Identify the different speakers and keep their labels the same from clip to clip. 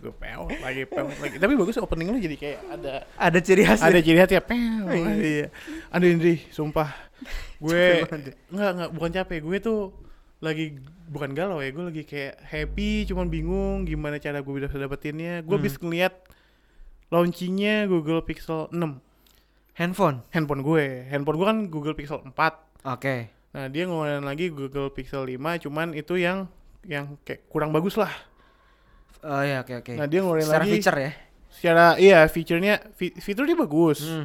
Speaker 1: gue pew lagi pew lagi tapi bagus opening lu jadi kayak ada
Speaker 2: Ada ciri khas.
Speaker 1: ada ciri hati ya pew
Speaker 2: Iya.
Speaker 1: iya aduh Indri sumpah gue nggak nggak bukan capek gue tuh lagi bukan galau ya gue lagi kayak happy cuman bingung gimana cara gue bisa dapetinnya gue
Speaker 2: Hmm.
Speaker 1: bisa ngeliat launchingnya Google Pixel 6
Speaker 2: handphone.
Speaker 1: handphone gue handphone gue kan Google Pixel 4
Speaker 2: Oke.
Speaker 1: nah dia ngeluarin lagi Google Pixel 5 cuman itu yang yang kayak kurang bagus lah
Speaker 2: Oh iya, oke oke.
Speaker 1: nah dia ngeluarin
Speaker 2: Secara
Speaker 1: lagi
Speaker 2: feature ya.
Speaker 1: secara iya featurenya fi- fitur dia bagus
Speaker 2: Hmm.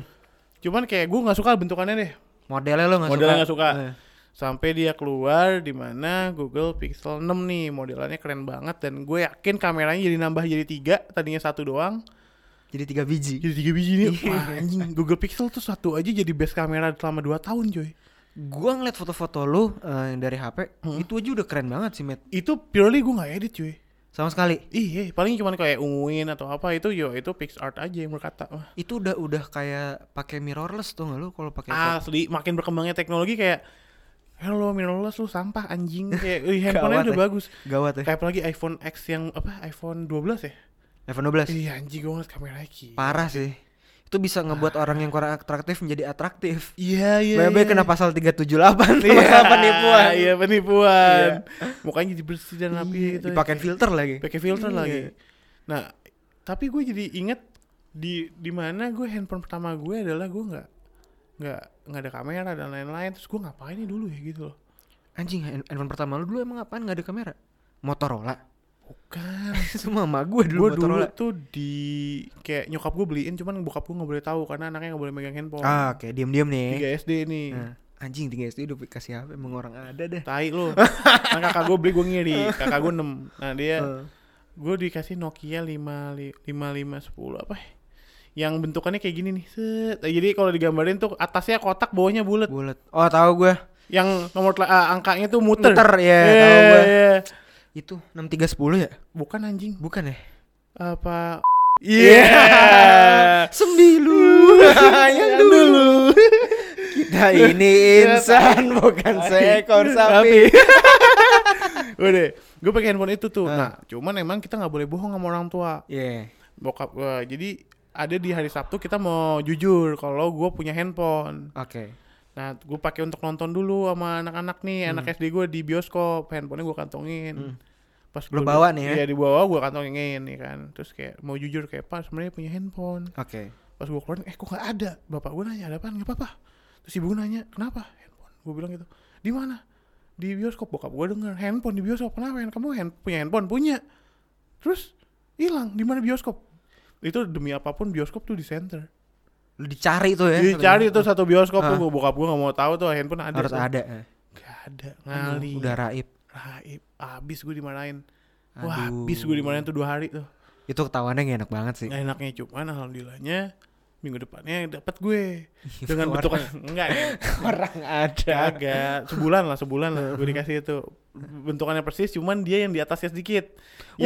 Speaker 1: cuman kayak gue nggak suka bentukannya deh
Speaker 2: Modelnya lo nggak suka.
Speaker 1: Modelnya nggak suka.
Speaker 2: Eh.
Speaker 1: sampai dia keluar di mana Google Pixel 6 nih modelannya keren banget dan gue yakin kameranya jadi nambah jadi tiga tadinya satu doang
Speaker 2: Jadi tiga biji.
Speaker 1: jadi tiga biji nih Wah, anjing Google Pixel tuh satu aja jadi best kamera selama 2 tahun coy
Speaker 2: Gua ngeliat foto-foto lu eh, yang dari HP,
Speaker 1: Hmm.
Speaker 2: itu aja udah keren banget sih, Matt.
Speaker 1: itu purely gue nggak edit cuy
Speaker 2: Sama sekali.
Speaker 1: iya paling cuman kayak unguin atau apa itu yo itu PixArt aja yang berkata Wah,
Speaker 2: Itu udah udah kayak pakai mirrorless tuh nggak lu kalau pakai foto?
Speaker 1: asli makin berkembangnya teknologi kayak hello mirrorless lu sampah anjing kayak "Ih,
Speaker 2: Gawat
Speaker 1: handphonenya udah
Speaker 2: ya.
Speaker 1: bagus
Speaker 2: gawat ya.
Speaker 1: kayak apalagi iPhone X yang apa iPhone 12 ya
Speaker 2: iPhone 12.
Speaker 1: iya anjing gue ngeliat kameranya gila.
Speaker 2: Parah sih. Itu bisa
Speaker 1: Ah.
Speaker 2: ngebuat orang yang kurang atraktif menjadi atraktif.
Speaker 1: Iya iya.
Speaker 2: Bebe
Speaker 1: iya.
Speaker 2: kena pasal 378
Speaker 1: Iya,
Speaker 2: pasal penipuan. Iya.
Speaker 1: Iya penipuan. Mukanya jadi bersih dan rapi gitu.
Speaker 2: Dipakai filter lagi.
Speaker 1: pakai filter
Speaker 2: Iya.
Speaker 1: lagi. Nah, tapi gue jadi inget di di mana gue handphone pertama gue adalah gue nggak nggak nggak ada kamera dan lain-lain terus gue ngapain ya dulu ya gitu loh
Speaker 2: Anjing, hand- handphone pertama lu dulu emang apaan nggak ada kamera? Motorola.
Speaker 1: bukan
Speaker 2: Semua mama gue dulu
Speaker 1: gue dulu
Speaker 2: Motorola.
Speaker 1: tuh di kayak nyokap gue beliin cuman bokap gue nggak boleh tahu karena anaknya nggak boleh megang handphone
Speaker 2: Ah, oke, diam-diam nih.
Speaker 1: 3 SD nih
Speaker 2: Nah, anjing tinggal SD udah kasih HP emang orang ada dah.
Speaker 1: tai lo nah, kakak gue beli gue ngiri kakak gue 6 nah dia
Speaker 2: Eh,
Speaker 1: gue dikasih Nokia 5510 apa ya? yang bentukannya kayak gini nih set Nah, jadi kalau digambarin tuh atasnya kotak bawahnya bulat
Speaker 2: bulat. Oh, tahu gue.
Speaker 1: yang nomor tela- ah, angkanya tuh muter
Speaker 2: Muter, ya,
Speaker 1: Iya,
Speaker 2: tahu gue.
Speaker 1: iya.
Speaker 2: Itu 6310 ya?
Speaker 1: bukan anjing
Speaker 2: Bukan ya?
Speaker 1: apa
Speaker 2: Iya.
Speaker 1: Iya.
Speaker 2: Sembilu. Yang dulu. Kita ini insan bukan seekor sapi.
Speaker 1: udah gue pakai handphone itu tuh
Speaker 2: Ah.
Speaker 1: nah cuman emang kita nggak boleh bohong sama orang tua
Speaker 2: Iya.
Speaker 1: bokap gue jadi ada di hari Sabtu kita mau jujur kalau gue punya handphone
Speaker 2: Oke.
Speaker 1: Nah, gue pakai untuk nonton dulu sama anak-anak
Speaker 2: Hmm.
Speaker 1: nih, anak SD gue di bioskop, handphonenya gue kantongin. Pas gua-
Speaker 2: Lu Hmm. bawa nih ya?
Speaker 1: Iya, dibawa gue kantongin nih kan. Terus kayak mau jujur kayak pas sebenarnya punya handphone.
Speaker 2: Oke.
Speaker 1: Pas gue keluar, eh kok nggak ada? Bapak gue nanya ada apa? Nggak apa-apa. Terus ibu gue nanya kenapa handphone? Gue bilang gitu. Di mana? Di bioskop. Bokap gue denger handphone di bioskop. Kenapa? Hen? Kamu hand- punya handphone? Punya. Terus hilang. Di mana bioskop? Itu demi apapun bioskop tuh di center.
Speaker 2: Lu dicari tuh ya.
Speaker 1: Jadi cari tuh satu bioskop
Speaker 2: Ah.
Speaker 1: tuh gua- bokap gue nggak mau tahu tuh handphone ada.
Speaker 2: harus
Speaker 1: tuh.
Speaker 2: ada.
Speaker 1: Gak ada ngali.
Speaker 2: Udah raib.
Speaker 1: Raib. Abis gue dimarahin. Wah,
Speaker 2: Aduh.
Speaker 1: abis gue dimarahin tuh dua hari tuh.
Speaker 2: Itu ketahuannya gak enak banget sih.
Speaker 1: Nggak enaknya cuman alhamdulillahnya minggu depannya dapat gue
Speaker 2: Ih,
Speaker 1: dengan
Speaker 2: orang-
Speaker 1: bentukan enggak ya
Speaker 2: Orang ada.
Speaker 1: agak sebulan lah sebulan lah gue dikasih itu bentukannya persis cuman dia yang di atasnya sedikit
Speaker 2: Uh,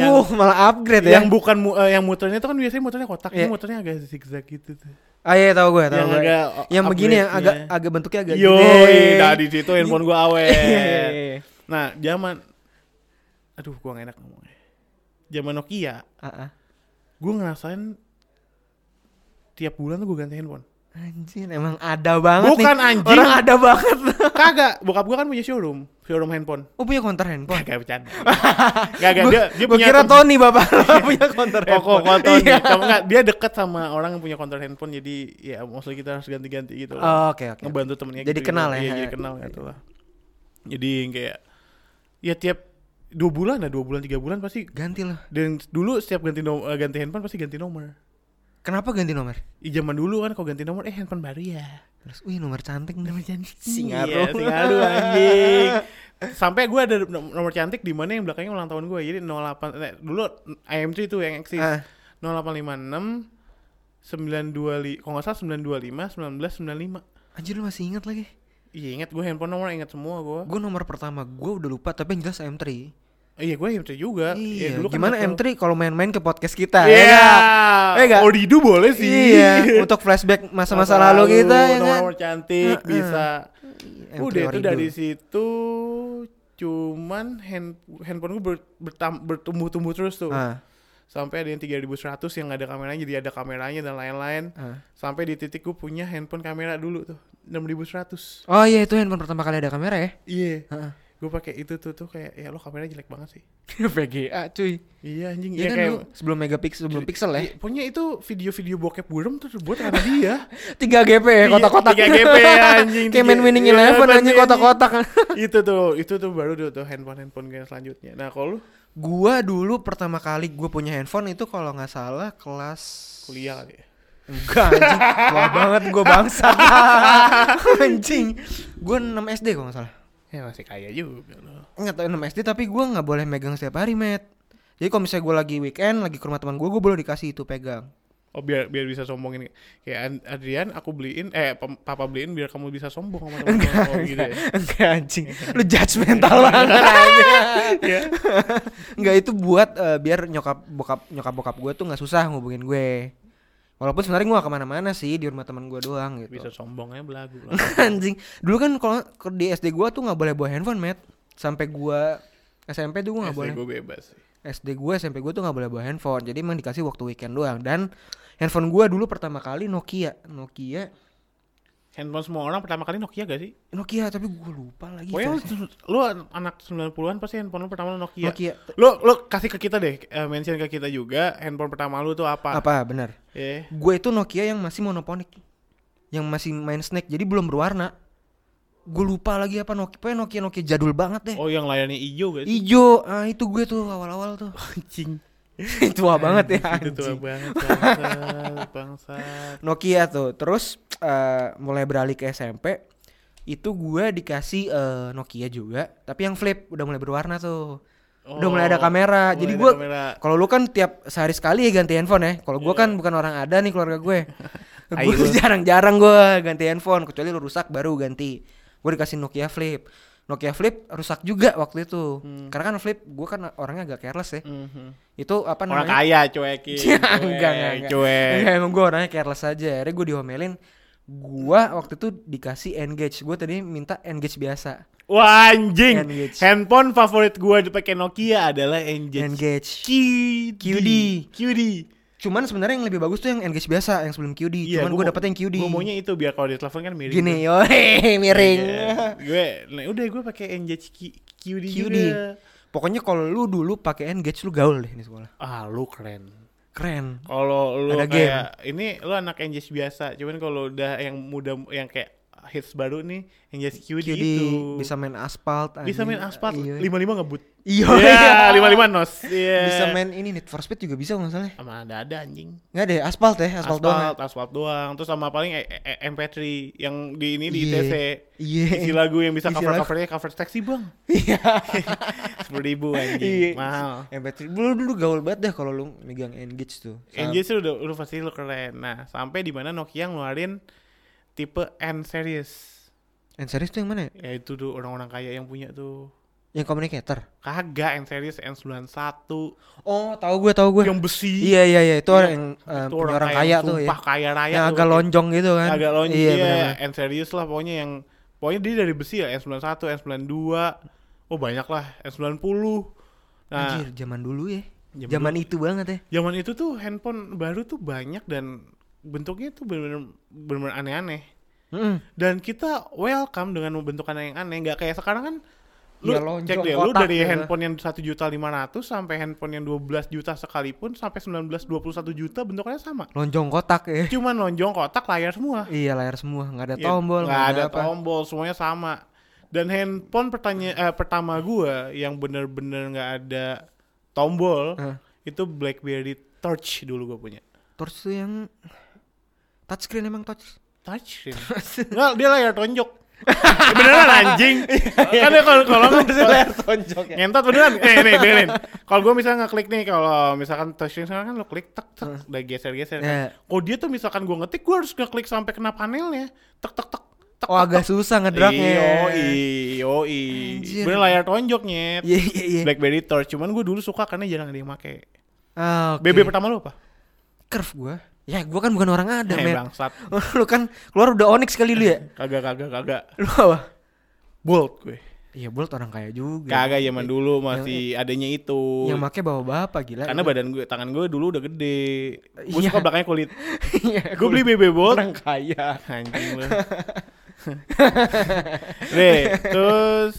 Speaker 1: yang
Speaker 2: malah upgrade ya.
Speaker 1: yang bukan mu- eh, yang muternya itu kan biasanya muternya kotak ini
Speaker 2: Iya.
Speaker 1: muternya agak zigzag gitu tuh
Speaker 2: Ah iya tahu gue, tahu
Speaker 1: Yang
Speaker 2: gue.
Speaker 1: agak
Speaker 2: yang begini yang agak
Speaker 1: upgrade-nya.
Speaker 2: agak bentuknya agak
Speaker 1: yo
Speaker 2: gini.
Speaker 1: nah di situ handphone gue awet
Speaker 2: Iya.
Speaker 1: Nah, zaman aduh gua gak enak ngomongnya. Zaman Nokia,
Speaker 2: Ah, ah.
Speaker 1: gua ngerasain tiap bulan tuh gua ganti handphone.
Speaker 2: Anjir, emang ada banget
Speaker 1: Bukan,
Speaker 2: nih.
Speaker 1: anjing.
Speaker 2: Orang ada banget.
Speaker 1: Kagak, bokap gua kan punya showroom, showroom handphone.
Speaker 2: Oh punya konter handphone.
Speaker 1: Kagak bercanda. Kagak dia dia
Speaker 2: Gua
Speaker 1: punya Eh,
Speaker 2: kira
Speaker 1: tem-
Speaker 2: Tony bapak lo punya konter
Speaker 1: toko kotor
Speaker 2: handphone. Iya.
Speaker 1: enggak dia deket sama orang yang punya konter handphone jadi ya maksudnya kita harus ganti-ganti gitu loh.
Speaker 2: Oh, Oke oke.
Speaker 1: ngebantu temennya
Speaker 2: Jadi
Speaker 1: gitu
Speaker 2: kenal
Speaker 1: juga.
Speaker 2: ya,
Speaker 1: Iya,
Speaker 2: ha.
Speaker 1: jadi kenal gitu lah jadi yang kayak ya tiap dua bulan lah dua bulan tiga bulan pasti
Speaker 2: Ganti lo.
Speaker 1: dan dulu setiap ganti nom- eh, ganti handphone pasti ganti nomor
Speaker 2: Kenapa ganti nomor?
Speaker 1: I zaman dulu kan kalau ganti nomor eh handphone baru ya.
Speaker 2: Terus, wih nomor cantik nih. Nomor cantik.
Speaker 1: Iya,
Speaker 2: Singaru.
Speaker 1: Singaru anjing. Sampai gue ada nom- nomor cantik di mana yang belakangnya ulang tahun gue. Jadi 08 eh, dulu IMC itu yang eksis.
Speaker 2: Ah.
Speaker 1: 0856 925 kalau nggak salah 925 1995.
Speaker 2: Anjir lu masih ingat lagi?
Speaker 1: Iya ingat gue handphone nomor ingat semua gue.
Speaker 2: Gue nomor pertama gue udah lupa tapi yang jelas M3.
Speaker 1: Iya gue IMC juga. Ya,
Speaker 2: Iya.
Speaker 1: dulu kan
Speaker 2: Gimana
Speaker 1: nggak
Speaker 2: M3 kalau main-main ke podcast kita?
Speaker 1: tahu. Iya.
Speaker 2: ya nggak? Ya nggak?
Speaker 1: Odido boleh sih.
Speaker 2: Iya. Untuk flashback masa-masa lalu kita ya kan.
Speaker 1: nomor-nomor cantik
Speaker 2: Heeh.
Speaker 1: bisa
Speaker 2: M3
Speaker 1: Udah itu
Speaker 2: Orido.
Speaker 1: dari situ cuman hand, handphone gue ber- bertam- bertumbuh-tumbuh terus tuh
Speaker 2: Ah.
Speaker 1: sampai ada yang 3100 yang nggak ada kameranya jadi ada kameranya dan lain-lain
Speaker 2: Ah.
Speaker 1: sampai di titik gue punya handphone kamera dulu tuh 6100
Speaker 2: Oh iya itu handphone pertama kali ada kamera ya.
Speaker 1: iya
Speaker 2: Heeh.
Speaker 1: gue pakai itu tuh tuh kayak ya lo kamera jelek banget sih
Speaker 2: VGA cuy.
Speaker 1: iya anjing
Speaker 2: Iya
Speaker 1: iya
Speaker 2: kan
Speaker 1: kayak
Speaker 2: lu sebelum megapiksel sebelum pixel ya.
Speaker 1: Iya, punya itu video-video bokep burem tuh terbuat karena dia
Speaker 2: 3 GP ya
Speaker 1: Iya,
Speaker 2: kotak-kotak.
Speaker 1: 3GP, anjing,
Speaker 2: Kayak
Speaker 1: tiga-
Speaker 2: main winning
Speaker 1: iya,
Speaker 2: eleven
Speaker 1: bener,
Speaker 2: anjing
Speaker 1: anjing.
Speaker 2: kotak-kotak.
Speaker 1: itu tuh itu tuh baru tuh, tuh handphone handphone gue selanjutnya nah kalau lu
Speaker 2: Gua dulu pertama kali gua punya handphone itu kalau nggak salah kelas
Speaker 1: kuliah kali ya
Speaker 2: Enggak anjing, tua banget gua bangsa Anjing Gua 6 SD kalau nggak salah
Speaker 1: ya masih kaya juga lo
Speaker 2: Nggak tahu 6 SD tapi gua nggak boleh megang setiap hari met Jadi kalau misalnya gua lagi weekend, lagi ke rumah teman gua, gua boleh dikasih itu pegang
Speaker 1: Oh biar biar bisa sombongin kayak An- Adrian aku beliin eh pam- papa beliin biar kamu bisa sombong sama teman-teman oh, gitu ya.
Speaker 2: Enggak anjing, lu judgmental banget anjing.
Speaker 1: Iya.
Speaker 2: Enggak itu buat eh, biar nyokap bokap nyokap bokap gue tuh nggak susah ngubungin gue. Walaupun sebenarnya gue gak kemana-mana sih di rumah teman gue doang gitu.
Speaker 1: Bisa sombongnya belagu lah.
Speaker 2: Anjing, dulu kan kalau ke- di SD gue tuh nggak boleh bawa handphone, met. Sampai gue SMP tuh gue nggak
Speaker 1: SD
Speaker 2: boleh.
Speaker 1: gue bebas. sih.
Speaker 2: SD gue SMP gue tuh nggak boleh bawa handphone. Jadi emang dikasih waktu weekend doang. Dan handphone gue dulu pertama kali Nokia, Nokia,
Speaker 1: Handphone semua orang pertama kali Nokia gak sih?
Speaker 2: Nokia. Tapi gue lupa lagi.
Speaker 1: Pokoknya lu,
Speaker 2: kan.
Speaker 1: lu anak 90-an pasti handphone lu pertama lu Nokia.
Speaker 2: Nokia.
Speaker 1: Lu lu kasih ke kita deh, eh, mention ke kita juga handphone pertama lu tuh apa?
Speaker 2: Apa bener?
Speaker 1: Eh,
Speaker 2: Gue itu Nokia yang masih monoponik Yang masih main snack Jadi belum berwarna Gue lupa lagi apa Nokia Pokoknya Nokia Nokia jadul banget deh
Speaker 1: Oh yang layarnya hijau gak sih?
Speaker 2: Ijo ah, Itu gue tuh awal-awal tuh
Speaker 1: Anjing.
Speaker 2: Tua banget ya
Speaker 1: Itu tua
Speaker 2: anjing.
Speaker 1: banget Gitu bangsat, bangsat.
Speaker 2: Nokia tuh Terus eh, mulai beralih ke SMP Itu gue dikasih eh, Nokia juga Tapi yang flip Udah mulai berwarna tuh Udah mulai
Speaker 1: Oh,
Speaker 2: ada kamera
Speaker 1: mulai
Speaker 2: Jadi
Speaker 1: ada
Speaker 2: gue
Speaker 1: kamera. Iya.
Speaker 2: Kalau lu kan tiap sehari sekali ya ganti handphone ya. Kalau gua kan bukan orang ada nih keluarga gue.
Speaker 1: Tai
Speaker 2: gue
Speaker 1: lu.
Speaker 2: jarang-jarang gua ganti handphone kecuali lu rusak baru ganti. Gue dikasih Nokia Flip. Nokia Flip rusak juga waktu itu.
Speaker 1: Hmm.
Speaker 2: Karena kan Flip gue kan orangnya agak careless ya.
Speaker 1: Mhm.
Speaker 2: Itu apa
Speaker 1: Orang
Speaker 2: namanya?
Speaker 1: kaya cuekin.
Speaker 2: ya? Iya,
Speaker 1: Iya,
Speaker 2: Enggak,
Speaker 1: cuek,
Speaker 2: enggak, enggak.
Speaker 1: Cuek.
Speaker 2: Enggak, emang gue orangnya careless aja. Akhirnya gue diomelin. Gua waktu itu dikasih engage. Gue tadi minta engage biasa.
Speaker 1: Wah anjing.
Speaker 2: Engage.
Speaker 1: Handphone favorit gua dipakai Nokia adalah Engage.
Speaker 2: Engage.
Speaker 1: QD.
Speaker 2: QD.
Speaker 1: QD.
Speaker 2: Cuman sebenarnya yang lebih bagus tuh yang engage biasa, yang sebelum QD. Cuman gue dapet yang QD.
Speaker 1: Gue Iya, maunya itu biar kalau ditelepon kan miring.
Speaker 2: Gini, yo, miring.
Speaker 1: Iya. Gue, nah udah gue pakai Engage Q- QD,
Speaker 2: QD.
Speaker 1: juga.
Speaker 2: Pokoknya kalau lu dulu pakai engage lu gaul deh di sekolah.
Speaker 1: Ah lu keren.
Speaker 2: Keren.
Speaker 1: Kalau lu
Speaker 2: Ada
Speaker 1: kayak ini lu anak Engage biasa, cuman kalau udah yang muda yang kayak hits baru nih Engage QD,
Speaker 2: QD
Speaker 1: itu
Speaker 2: bisa main aspal.
Speaker 1: gitu. bisa main aspal
Speaker 2: Iya.
Speaker 1: lima lima ngebut.
Speaker 2: Iya.
Speaker 1: Iya, lima lima nos. Iya.
Speaker 2: Bisa main ini Need for Speed juga bisa nggak salah.
Speaker 1: sama ada ada anjing.
Speaker 2: Nggak deh, aspal teh, aspal
Speaker 1: Aspal,
Speaker 2: doang. ya.
Speaker 1: aspal doang. Terus sama paling e- e- e- MP3 yang di ini di
Speaker 2: Iya.
Speaker 1: ITC.
Speaker 2: Iya.
Speaker 1: Isi lagu yang bisa
Speaker 2: Isi
Speaker 1: cover
Speaker 2: lagu.
Speaker 1: covernya cover taxi bang.
Speaker 2: Iya.
Speaker 1: Sepuluh ribu
Speaker 2: Iya.
Speaker 1: anjing. Mahal.
Speaker 2: MP3 dulu dulu gaul banget deh kalau lu megang engage tuh.
Speaker 1: NJ
Speaker 2: Sam-
Speaker 1: sih udah udah pasti lu keren. Nah sampai di mana Nokia ngeluarin tipe N series.
Speaker 2: N series tuh yang mana? ya?
Speaker 1: Ya itu tuh orang-orang kaya yang punya tuh.
Speaker 2: Yang communicator.
Speaker 1: Kagak N series N 91
Speaker 2: Oh, tahu gue, tahu gue.
Speaker 1: yang besi.
Speaker 2: Iya, iya, iya, itu
Speaker 1: Iya.
Speaker 2: orang yang eh,
Speaker 1: Itu
Speaker 2: punya orang kaya
Speaker 1: yang
Speaker 2: tuh ya.
Speaker 1: Sumpah kaya raya.
Speaker 2: Yang
Speaker 1: tuh
Speaker 2: agak
Speaker 1: pakai-
Speaker 2: lonjong gitu kan.
Speaker 1: agak lonjong iya,
Speaker 2: benar-benar.
Speaker 1: and serius lah pokoknya yang pokoknya dia dari besi ya S91 S92 oh banyak lah S90 nah
Speaker 2: Anjir, zaman dulu ya.
Speaker 1: Zaman
Speaker 2: Zaman itu banget ya.
Speaker 1: zaman itu tuh handphone baru tuh banyak dan bentuknya tuh bener-bener bener-bener aneh-aneh
Speaker 2: Heeh.
Speaker 1: dan kita welcome dengan bentukan yang aneh nggak kayak sekarang kan lu
Speaker 2: Iya, lonjong,
Speaker 1: cek deh lu
Speaker 2: kotak
Speaker 1: dari
Speaker 2: gitu.
Speaker 1: handphone yang 1 juta 500 sampai handphone yang 12 juta sekalipun sampai 19 21 juta bentukannya sama
Speaker 2: Lonjong kotak ya.
Speaker 1: cuman lonjong kotak layar semua
Speaker 2: Iya layar semua, nggak ada
Speaker 1: Iya,
Speaker 2: tombol, kan,
Speaker 1: nggak ada tombol, semuanya sama. Dan handphone pertanya eh, pertama gua yang bener-bener nggak ada tombol
Speaker 2: Hah.
Speaker 1: itu BlackBerry Touch dulu gua punya.
Speaker 2: Terus tuh yang touchscreen emang touch.
Speaker 1: Touch Rin. Nggak, dia layar tonjok. Eh, beneran anjing. kan
Speaker 2: Iya.
Speaker 1: dia kalau kalau
Speaker 2: tonjok
Speaker 1: ngentot beneran. Eh, nih, dengerin. Kalau gua misalnya ngeklik nih kalau misalkan touch screen sekarang kan lo klik tek tek udah geser-geser kan.
Speaker 2: Iya.
Speaker 1: Kalau dia tuh misalkan gua ngetik gua harus ngeklik sampai kena panelnya. Tek tek tek. tek, tek,
Speaker 2: Oh agak susah ngedragnya.
Speaker 1: Iya, oh, Yoi, yoi.
Speaker 2: Anjir.
Speaker 1: Bener layar tonjok nyet.
Speaker 2: Iya iya iya.
Speaker 1: Blackberry Torch, cuman gue dulu suka karena jarang ada yang make.
Speaker 2: Ah, oke.
Speaker 1: BB pertama lu apa?
Speaker 2: curve gua. Ya gua kan bukan orang ada,
Speaker 1: Eh,
Speaker 2: men.
Speaker 1: bangsat.
Speaker 2: lu kan keluar udah onyx kali lu ya.
Speaker 1: Kagak kagak kagak.
Speaker 2: Lu apa?
Speaker 1: Bold gue.
Speaker 2: Iya Bolt orang kaya juga.
Speaker 1: Kagak iya, zaman dulu
Speaker 2: Iya. Yang-
Speaker 1: masih adanya itu.
Speaker 2: Yang make bapak-bapak gila.
Speaker 1: Karena
Speaker 2: Iya.
Speaker 1: badan gue, tangan gue dulu udah gede. Gue
Speaker 2: Iya.
Speaker 1: suka belakangnya kulit.
Speaker 2: Iya,
Speaker 1: Gue beli BB Bolt.
Speaker 2: orang kaya.
Speaker 1: Anjing lu. Deh, terus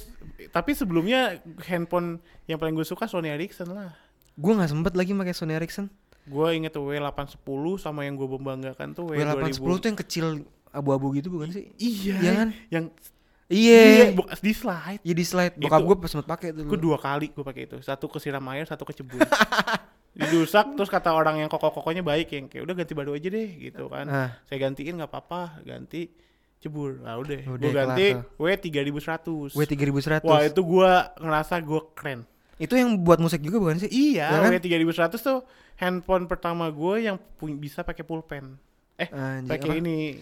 Speaker 1: tapi sebelumnya handphone yang paling gue suka Sony Ericsson lah.
Speaker 2: Gue nggak sempet lagi pakai Sony Ericsson.
Speaker 1: Gue inget tuh W810 sama yang gue membanggakan tuh W810.
Speaker 2: W810 tuh yang kecil abu-abu gitu bukan sih?
Speaker 1: Iya,
Speaker 2: Iya kan?
Speaker 1: yang iya,
Speaker 2: Iya.
Speaker 1: bukan di slide.
Speaker 2: Iya di slide. Bokap
Speaker 1: Itu-
Speaker 2: gue sempet pakai tuh.
Speaker 1: Gue
Speaker 2: dulu.
Speaker 1: dua kali gue pakai itu. Satu ke siram air, satu ke cebur. Dirusak terus kata orang yang kokoh-kokohnya baik yang kayak udah ganti baru aja deh gitu kan.
Speaker 2: Nah.
Speaker 1: Saya gantiin nggak apa-apa, ganti cebur. Nah, udah.
Speaker 2: Udah,
Speaker 1: Gue
Speaker 2: kelar
Speaker 1: ganti
Speaker 2: tuh.
Speaker 1: W3100.
Speaker 2: W3100.
Speaker 1: Wah, itu gua ngerasa gua keren.
Speaker 2: Itu yang buat musik juga bukan sih?
Speaker 1: Iya,
Speaker 2: Ya kan?
Speaker 1: W3100 tuh handphone pertama gue yang pu- bisa pakai pulpen. Eh,
Speaker 2: Anjing, apa?
Speaker 1: pakai ini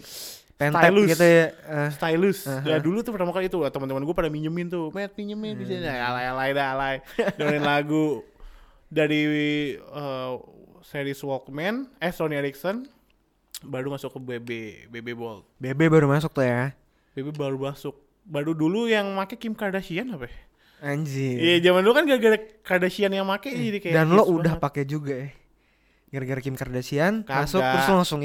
Speaker 2: Pen tap
Speaker 1: stylus.
Speaker 2: gitu ya. Eh,
Speaker 1: stylus.
Speaker 2: Aha.
Speaker 1: Ya dulu tuh pertama kali itu wah, teman-teman gue pada minjemin tuh, met minjemin di sini.
Speaker 2: Hmm.
Speaker 1: Nah, Alay-alay dah alay. Dengerin lagu dari eh, series Walkman, eh Sony Ericsson baru masuk ke BB, BB Bolt.
Speaker 2: BB baru masuk tuh ya.
Speaker 1: BB baru masuk. Baru dulu yang make Kim Kardashian apa ya? Iya,
Speaker 2: Anjir.
Speaker 1: zaman dulu kan gara-gara Kardashian yang make jadi kayak
Speaker 2: Dan lo
Speaker 1: hits
Speaker 2: udah
Speaker 1: banget.
Speaker 2: pakai juga ya. Gara-gara Kim Kardashian
Speaker 1: Kagak.
Speaker 2: masuk terus lo langsung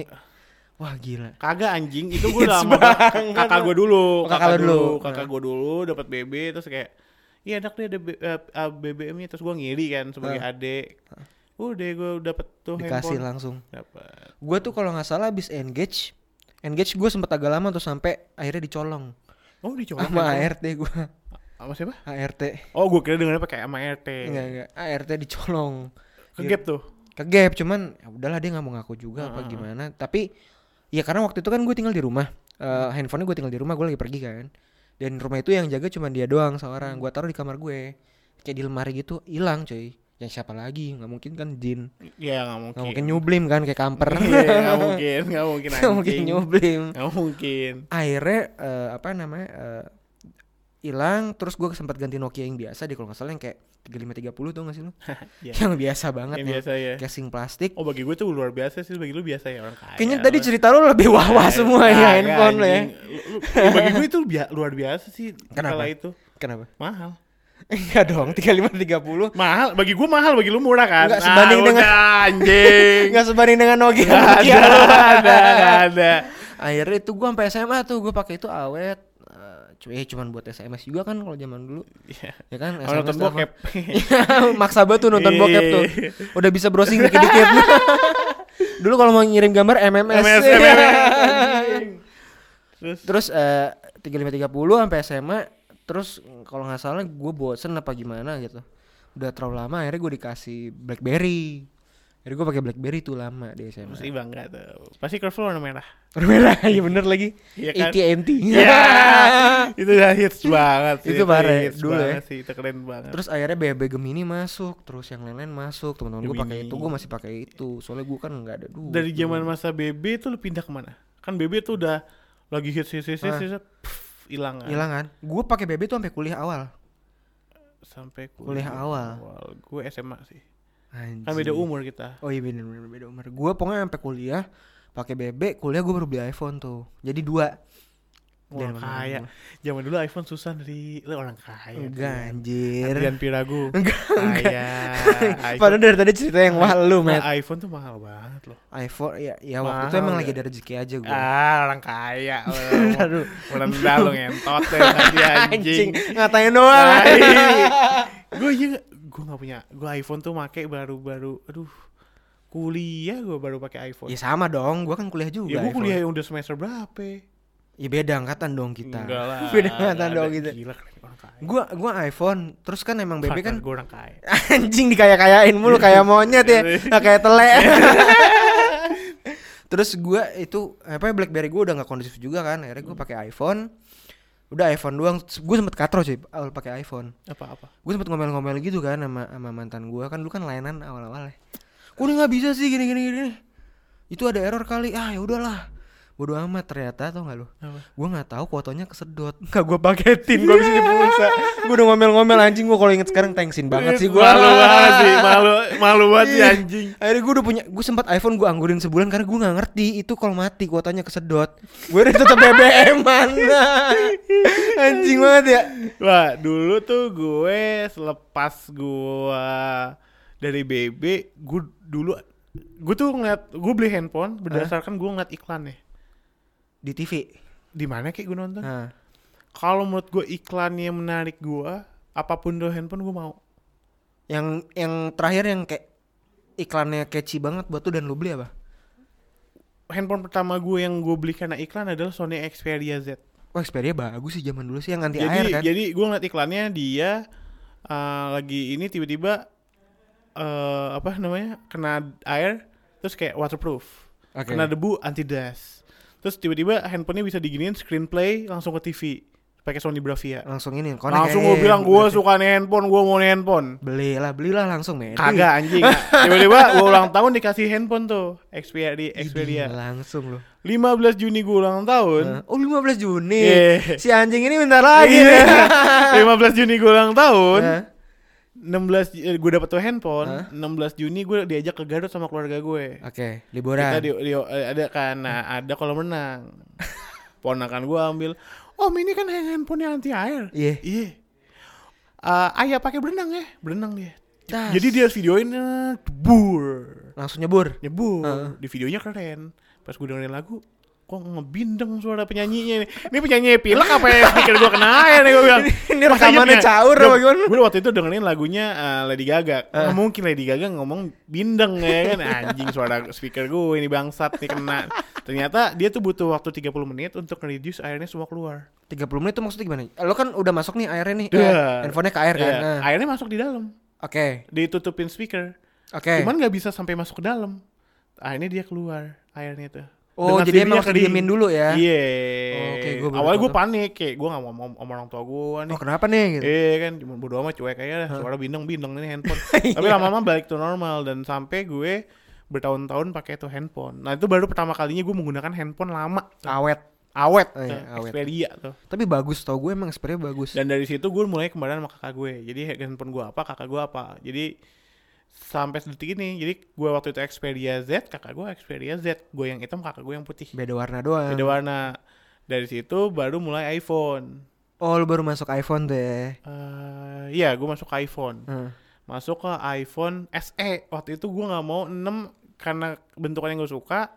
Speaker 2: wah gila.
Speaker 1: Kagak anjing, itu gue
Speaker 2: Hits
Speaker 1: lama
Speaker 2: banget.
Speaker 1: kakak gue dulu,
Speaker 2: Iya, Oh, kakak lo dulu.
Speaker 1: kakak gue dulu dapat BB terus kayak iya enak deh ada B- eh, eh, BBM-nya terus gue ngiri kan sebagai
Speaker 2: Ah.
Speaker 1: adik. Udah gue dapat tuh handphone.
Speaker 2: Dikasih langsung.
Speaker 1: Dapat.
Speaker 2: Gue tuh kalau nggak salah abis engage, engage gue sempet agak lama tuh sampai akhirnya dicolong
Speaker 1: Oh, dicoba
Speaker 2: sama ART gue,
Speaker 1: Sama siapa?
Speaker 2: ART,
Speaker 1: Oh, gue kira dengernya pakai sama RT.
Speaker 2: enggak enggak, ART dicolong.
Speaker 1: Kegep tuh.
Speaker 2: Kegap cuman ya udahlah dia nggak mau ngaku juga apa
Speaker 1: Heeh.
Speaker 2: gimana. Tapi ya karena waktu itu kan gue tinggal di rumah, Eh handphonenya gue tinggal di rumah, gue lagi pergi kan. Dan rumah itu yang jaga cuman dia doang
Speaker 1: Hmm.
Speaker 2: seorang. Gue taruh di kamar gue, kayak di lemari gitu, hilang coy. Yang siapa lagi? Nggak mungkin kan Jin.
Speaker 1: Ya nggak
Speaker 2: Nggak
Speaker 1: mungkin.
Speaker 2: mungkin nyublim kan kayak kamper.
Speaker 1: Iya, nggak mungkin, nggak mungkin
Speaker 2: Nggak
Speaker 1: anjing.
Speaker 2: mungkin nyublim.
Speaker 1: Nggak mungkin.
Speaker 2: akhirnya eh, apa namanya eh, hilang terus gue sempat ganti Nokia yang biasa deh kalau nggak salah yang kayak 3530 tuh nggak sih lu
Speaker 1: Iya.
Speaker 2: yang biasa banget
Speaker 1: Yang
Speaker 2: ya
Speaker 1: biasa ya.
Speaker 2: casing plastik
Speaker 1: Oh bagi gue tuh luar biasa sih, bagi lu biasa ya orang kaya.
Speaker 2: kayaknya tadi
Speaker 1: Orang-
Speaker 2: cerita lu lebih wawa semua
Speaker 1: Kagak,
Speaker 2: ya handphone lo ya
Speaker 1: anjing. Lu- lu- ya, bagi gue itu bia- luar biasa sih
Speaker 2: Kenapa?
Speaker 1: kala itu.
Speaker 2: kenapa
Speaker 1: Mahal.
Speaker 2: enggak dong 3530
Speaker 1: Mahal bagi gue mahal bagi lu murah kan.
Speaker 2: Nggak sebanding dengan-
Speaker 1: udah, anjing.
Speaker 2: enggak sebanding dengan Nokia,
Speaker 1: Nggak
Speaker 2: Nokia.
Speaker 1: ada, nggak ada, nggak ada.
Speaker 2: akhirnya itu gue sampai SMA tuh gue pakai itu awet eh, cuy cuman buat SMS juga kan kalau zaman dulu
Speaker 1: Iya.
Speaker 2: ya kan
Speaker 1: Kalau nonton
Speaker 2: doang.
Speaker 1: bokep.
Speaker 2: maksa banget tuh nonton bokep tuh
Speaker 1: Iya.
Speaker 2: udah bisa browsing dikit-dikit dulu kalau mau ngirim gambar MMS,
Speaker 1: MS,
Speaker 2: Iya.
Speaker 1: anjing. Terus
Speaker 2: terus eh, 3530 sampai SMA terus kalau nggak salah gue bosen apa gimana gitu udah terlalu lama akhirnya gue dikasih BlackBerry akhirnya gue pakai BlackBerry tuh lama di SMA
Speaker 1: pasti bangga tuh. Pasti curve lu warna merah.
Speaker 2: Warna merah iya bener lagi
Speaker 1: Iya kan?
Speaker 2: ATMT
Speaker 1: Iya. itu udah hits banget sih.
Speaker 2: Itu parah,
Speaker 1: hits
Speaker 2: dulu ya.
Speaker 1: banget sih, itu keren banget.
Speaker 2: Terus akhirnya BB Gemini masuk, terus yang lain-lain masuk. Teman-teman gue pakai
Speaker 1: Gemini.
Speaker 2: itu, gue masih pakai itu. Soalnya gue kan nggak ada duit.
Speaker 1: dari
Speaker 2: dulu.
Speaker 1: zaman masa BB tuh lu pindah kemana? Kan BB tuh udah lagi hits hits hits hits,
Speaker 2: Ah.
Speaker 1: hits, pff, hilang kan?
Speaker 2: hilang kan? Gue pakai BB tuh sampai kuliah awal.
Speaker 1: Sampai
Speaker 2: Kuliah awal.
Speaker 1: Gue SMA sih.
Speaker 2: Anjir.
Speaker 1: Kan beda umur kita.
Speaker 2: Oh iya bener, bener beda umur. Gue pokoknya sampai kuliah pakai BB, kuliah gue baru beli iPhone tuh. Jadi dua.
Speaker 1: Orang
Speaker 2: Dan-
Speaker 1: kaya. Zaman dulu iPhone susah dari lu orang kaya. Iya.
Speaker 2: Enggak
Speaker 1: Adrian.
Speaker 2: anjir.
Speaker 1: Adrian Pirago.
Speaker 2: Enggak, enggak.
Speaker 1: Kaya.
Speaker 2: Padahal dari tadi cerita yang wah lu,
Speaker 1: Nah,
Speaker 2: Matt.
Speaker 1: iPhone tuh mahal banget loh.
Speaker 2: iPhone ya ya waktu itu
Speaker 1: Mahal
Speaker 2: emang
Speaker 1: ya.
Speaker 2: lagi ada rezeki aja gue.
Speaker 1: Ah, orang kaya. lu.
Speaker 2: Aduh.
Speaker 1: Merendah lu ngentot ya tadi anjing. Ah, iya.
Speaker 2: Anjing, ngatain doang.
Speaker 1: gue iya gue nggak punya gue iPhone tuh make baru-baru aduh kuliah gue baru pakai iPhone
Speaker 2: ya sama dong, gue kan kuliah juga.
Speaker 1: ya gue
Speaker 2: iPhone.
Speaker 1: kuliah yang udah semester berapa
Speaker 2: Ya beda angkatan dong kita.
Speaker 1: Enggak lah
Speaker 2: beda
Speaker 1: nggak
Speaker 2: angkatan
Speaker 1: ada.
Speaker 2: dong kita.
Speaker 1: gila keren orang kaya
Speaker 2: Gua gua iPhone, terus kan emang BB kan
Speaker 1: gue orang kaya
Speaker 2: anjing dikaya-kayain mulu kayak monyet ya nggak kayak tele terus gue itu apa ya, BlackBerry gue udah nggak kondusif juga kan akhirnya gue pakai iPhone udah iPhone doang gue sempet katro sih awal pakai iPhone
Speaker 1: apa apa
Speaker 2: gue sempet ngomel-ngomel gitu kan sama, sama mantan gue kan dulu kan layanan awal-awal ya gue nggak bisa sih gini gini gini itu ada error kali ah ya udahlah Bodo amat ternyata tau gak lu
Speaker 1: Apa?
Speaker 2: Gue gak tahu fotonya kesedot
Speaker 1: Gak gue paketin, gue bisa pulsa.
Speaker 2: Gue udah ngomel-ngomel anjing gue kalau inget sekarang thanksin banget sih gue
Speaker 1: Malu banget sih, malu, malu banget sih
Speaker 2: Iya.
Speaker 1: anjing.
Speaker 2: Akhirnya gue udah punya, gue sempat iPhone gue anggurin sebulan karena gue nggak ngerti itu kalau mati kuotanya kesedot. Gue udah tetep BBM mana? Anjing banget ya.
Speaker 1: Wah, dulu tuh gue selepas gue dari BB, gue dulu gue tuh ngeliat gue beli handphone berdasarkan gue ngeliat iklan nih.
Speaker 2: Di TV.
Speaker 1: Di mana kayak gue nonton?
Speaker 2: Nah,
Speaker 1: Kalau menurut gue iklannya menarik gue, apapun do handphone gue mau.
Speaker 2: yang yang terakhir yang kayak iklannya catchy banget buat tuh dan lu beli apa?
Speaker 1: Handphone pertama gue yang gue beli karena iklan adalah Sony Xperia Z.
Speaker 2: Wah Oh, Xperia bagus sih zaman dulu sih yang anti
Speaker 1: jadi
Speaker 2: air kan.
Speaker 1: jadi gue ngeliat iklannya dia uh, lagi ini tiba-tiba eh apa namanya kena air terus kayak waterproof
Speaker 2: Oke.
Speaker 1: kena debu anti dust terus tiba-tiba handphonenya bisa diginiin screenplay langsung ke TV pakai Sony Bravia
Speaker 2: Langsung ini yang connect
Speaker 1: langsung
Speaker 2: aja.
Speaker 1: gue bilang gue suka nih handphone gue mau nih handphone
Speaker 2: Belilah, belilah langsung men.
Speaker 1: kagak anjing tiba-tiba gue ulang tahun dikasih handphone tuh Xperia
Speaker 2: Ih,
Speaker 1: Xperia
Speaker 2: langsung loh.
Speaker 1: 15 Juni gue ulang tahun
Speaker 2: Oh 15 Juni.
Speaker 1: Iya.
Speaker 2: Si anjing ini bentar lagi.
Speaker 1: Iya.
Speaker 2: nih.
Speaker 1: 15 Juni gue ulang tahun
Speaker 2: Nah.
Speaker 1: 16 Ju- eh, gue dapet tuh handphone
Speaker 2: Hah?
Speaker 1: 16 Juni gue diajak ke Garut sama keluarga gue
Speaker 2: Oke,
Speaker 1: kita
Speaker 2: liburan.
Speaker 1: di, di- eh, ada kan nah, ada kolam renang ponakan gue ambil om ini kan handphone yang anti air
Speaker 2: Iya.
Speaker 1: iya Eh, ayah pakai berenang ya berenang dia
Speaker 2: Tas.
Speaker 1: jadi dia harus videoin eh, bur
Speaker 2: langsung nyebur.
Speaker 1: nyebur
Speaker 2: Heeh.
Speaker 1: di videonya keren pas gue dengerin lagu kok ngebindeng suara penyanyinya nih ini penyanyinya pilek apa ya pikir gue kena air nih gue bilang
Speaker 2: Ini rekamannya caur apa gimana?
Speaker 1: gue waktu itu dengerin lagunya eh, Lady Gaga Nggak mungkin Lady Gaga ngomong bindeng ya kan anjing suara speaker gue ini bangsat nih kena ternyata dia tuh butuh waktu 30 menit untuk reduce airnya semua keluar
Speaker 2: 30 menit itu maksudnya gimana? Lo kan udah masuk nih airnya nih.
Speaker 1: Duh.
Speaker 2: Eh, handphonenya ke air kan.
Speaker 1: Iya,
Speaker 2: Nah,
Speaker 1: airnya masuk di dalam
Speaker 2: Oke.
Speaker 1: ditutupin speaker
Speaker 2: Oke.
Speaker 1: cuman nggak bisa sampai masuk ke dalam akhirnya dia keluar airnya tuh
Speaker 2: Oh,
Speaker 1: Dengan
Speaker 2: jadi
Speaker 1: sendirinya
Speaker 2: emang harus
Speaker 1: kering.
Speaker 2: diemin dulu ya.
Speaker 1: Iya.
Speaker 2: Oke, gua baru
Speaker 1: Awalnya
Speaker 2: tahu
Speaker 1: gue
Speaker 2: tuh.
Speaker 1: panik kayak gue gak mau ngomong sama orang tua gue nih.
Speaker 2: Oh, kenapa nih gitu.
Speaker 1: Iya kan cuma bodo amat cuek aja lah suara bindeng-bindeng ini handphone.
Speaker 2: Iya.
Speaker 1: Tapi lama-lama balik to normal dan sampai gue bertahun-tahun pakai tuh handphone. Nah, itu baru pertama kalinya gue menggunakan handphone lama.
Speaker 2: Awet.
Speaker 1: Awet,
Speaker 2: Oh, iya,
Speaker 1: tuh,
Speaker 2: awet.
Speaker 1: Xperia tuh.
Speaker 2: Tapi bagus tau gue emang Xperia bagus.
Speaker 1: Dan dari situ gue mulai kembaran sama kakak gue. Jadi handphone gue apa, kakak gue apa. Jadi sampai detik ini, jadi gue waktu itu Xperia Z, kakak gue Xperia Z, gue yang hitam, kakak gue yang putih.
Speaker 2: Beda warna doang.
Speaker 1: Beda warna. Dari situ baru mulai iPhone.
Speaker 2: Oh, lu baru masuk iPhone tuh ya.
Speaker 1: eh iya, gue masuk ke iPhone.
Speaker 2: Hmm.
Speaker 1: Masuk ke iPhone SE. Waktu itu gue nggak mau 6 karena bentukan yang gue suka.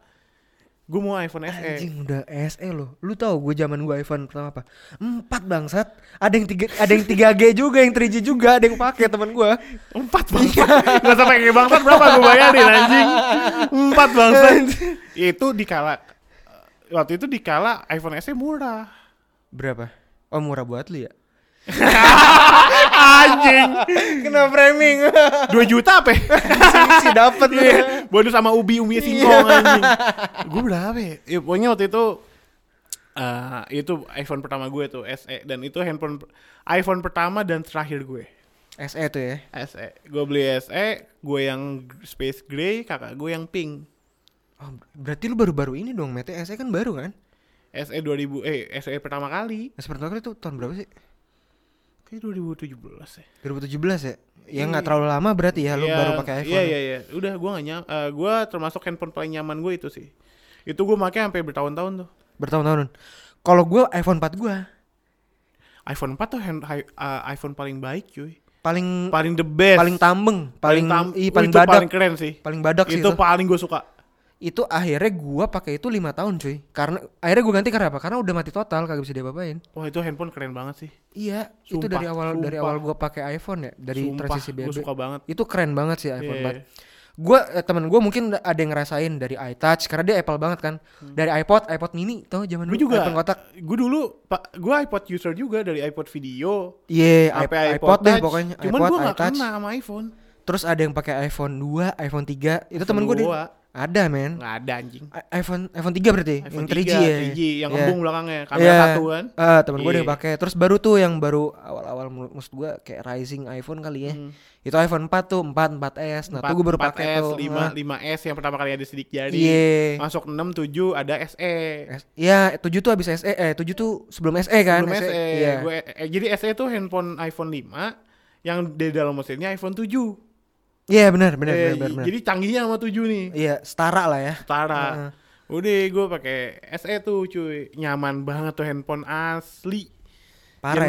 Speaker 1: Gue mau iPhone E. SE.
Speaker 2: Anjing udah SE lo. Lu tahu gue zaman gue iPhone pertama apa? Empat bangsat. Ada yang tiga, ada yang 3G juga, yang 3G juga, ada yang pakai teman gue.
Speaker 1: Empat bangsa. Gak sampai kayak bangsat berapa gue bayarin anjing. Empat bangsa. itu dikala eh, waktu itu dikala iPhone SE murah.
Speaker 2: Berapa? Oh, murah buat lu ya.
Speaker 1: Anjing.
Speaker 2: Kena framing. Kan
Speaker 1: 2 juta apa? ya?
Speaker 2: Sih dapat nih.
Speaker 1: Bonus sama ubi
Speaker 2: Iya.
Speaker 1: ubi singkong anjing. gue berapa ya? ya? Pokoknya waktu itu eh, itu iPhone pertama gue tuh SE dan itu handphone per- iPhone pertama dan terakhir gue.
Speaker 2: SE tuh ya.
Speaker 1: SE. Gue beli SE, gue yang space gray, kakak gue yang pink.
Speaker 2: Oh, berarti lu baru-baru ini dong, Mete. SE kan baru kan?
Speaker 1: SE 2000 eh SE pertama kali
Speaker 2: Nah, pertama kali itu tahun berapa sih?
Speaker 1: kayak 2017 ya.
Speaker 2: 2017 ya? Ya
Speaker 1: Iya.
Speaker 2: nggak terlalu lama berarti ya lu
Speaker 1: Iya,
Speaker 2: baru pakai iPhone.
Speaker 1: Iya iya iya. Udah gue gak nyam eh, gue termasuk handphone paling nyaman gue itu sih. Itu gue pakai sampai bertahun-tahun tuh.
Speaker 2: Bertahun-tahun. Kalau gua iPhone 4 gua
Speaker 1: iPhone 4 tuh hand, hi- eh, iPhone paling baik cuy.
Speaker 2: paling
Speaker 1: Paling the best.
Speaker 2: paling tambeng, paling
Speaker 1: tam- Wih,
Speaker 2: ih, paling
Speaker 1: itu
Speaker 2: badak,
Speaker 1: paling
Speaker 2: paling,
Speaker 1: keren sih.
Speaker 2: badak sih
Speaker 1: itu
Speaker 2: itu.
Speaker 1: paling gue suka.
Speaker 2: Itu akhirnya gua pakai itu lima tahun, cuy. Karena akhirnya gua ganti karena apa? Karena udah mati total, kagak bisa diapa-apain.
Speaker 1: Wah itu handphone keren banget sih.
Speaker 2: Iya, itu
Speaker 1: Sumpah,
Speaker 2: dari awal dari
Speaker 1: sumpah.
Speaker 2: awal gua pakai iPhone ya, dari transisi
Speaker 1: gue
Speaker 2: BB.
Speaker 1: suka banget.
Speaker 2: Itu keren banget sih iPhone
Speaker 1: Iya.
Speaker 2: 4. Gua eh, temen gua mungkin ada yang ngerasain dari iTouch karena dia Apple banget kan. Dari iPod, iPod mini tau zaman
Speaker 1: Gue
Speaker 2: dulu
Speaker 1: Hmm. juga.
Speaker 2: iPhone kotak.
Speaker 1: Gue dulu pak gue iPod user juga dari iPod video.
Speaker 2: Iya,
Speaker 1: sampai
Speaker 2: iPod, iPod deh
Speaker 1: Touch.
Speaker 2: pokoknya.
Speaker 1: Cuman
Speaker 2: iPod,
Speaker 1: gue gak
Speaker 2: iTouch.
Speaker 1: kena sama iPhone.
Speaker 2: Terus ada yang pakai iPhone 2, iPhone 3. Itu temen gue di
Speaker 1: Gua.
Speaker 2: Ada men.
Speaker 1: Nggak ada anjing.
Speaker 2: I- iPhone iPhone 3 berarti
Speaker 1: iPhone
Speaker 2: yang 3G
Speaker 1: 3,
Speaker 2: ya.
Speaker 1: 3G, yang
Speaker 2: Iya.
Speaker 1: kembung belakangnya, kamera
Speaker 2: Iya.
Speaker 1: satu kan.
Speaker 2: Ah, temen gue udah
Speaker 1: Iya.
Speaker 2: pakai. Terus baru tuh yang baru awal-awal menurut- maksud gue kayak rising iPhone kali ya.
Speaker 1: Hmm.
Speaker 2: Itu iPhone 4 tuh, 4 4S. Nah, tuh gue baru pakai
Speaker 1: 4S,
Speaker 2: tuh.
Speaker 1: 5, 5S yang pertama kali ada sidik
Speaker 2: Nah,
Speaker 1: jari.
Speaker 2: Iya.
Speaker 1: Masuk 6, 7 ada E. SE.
Speaker 2: S- Iya, 7 tuh habis SE, eh 7 tuh sebelum SE kan?
Speaker 1: Belum SE.
Speaker 2: Iya.
Speaker 1: Gua, eh, jadi SE itu handphone iPhone 5 yang di dalam mesinnya iPhone 7.
Speaker 2: Iya, benar, benar,
Speaker 1: Eh,
Speaker 2: benar, benar, benar.
Speaker 1: Jadi canggihnya sama 7 nih.
Speaker 2: Iya, setara lah ya.
Speaker 1: Setara. Udah gue pakai SE tuh cuy. Nyaman banget tuh handphone asli.
Speaker 2: Parah.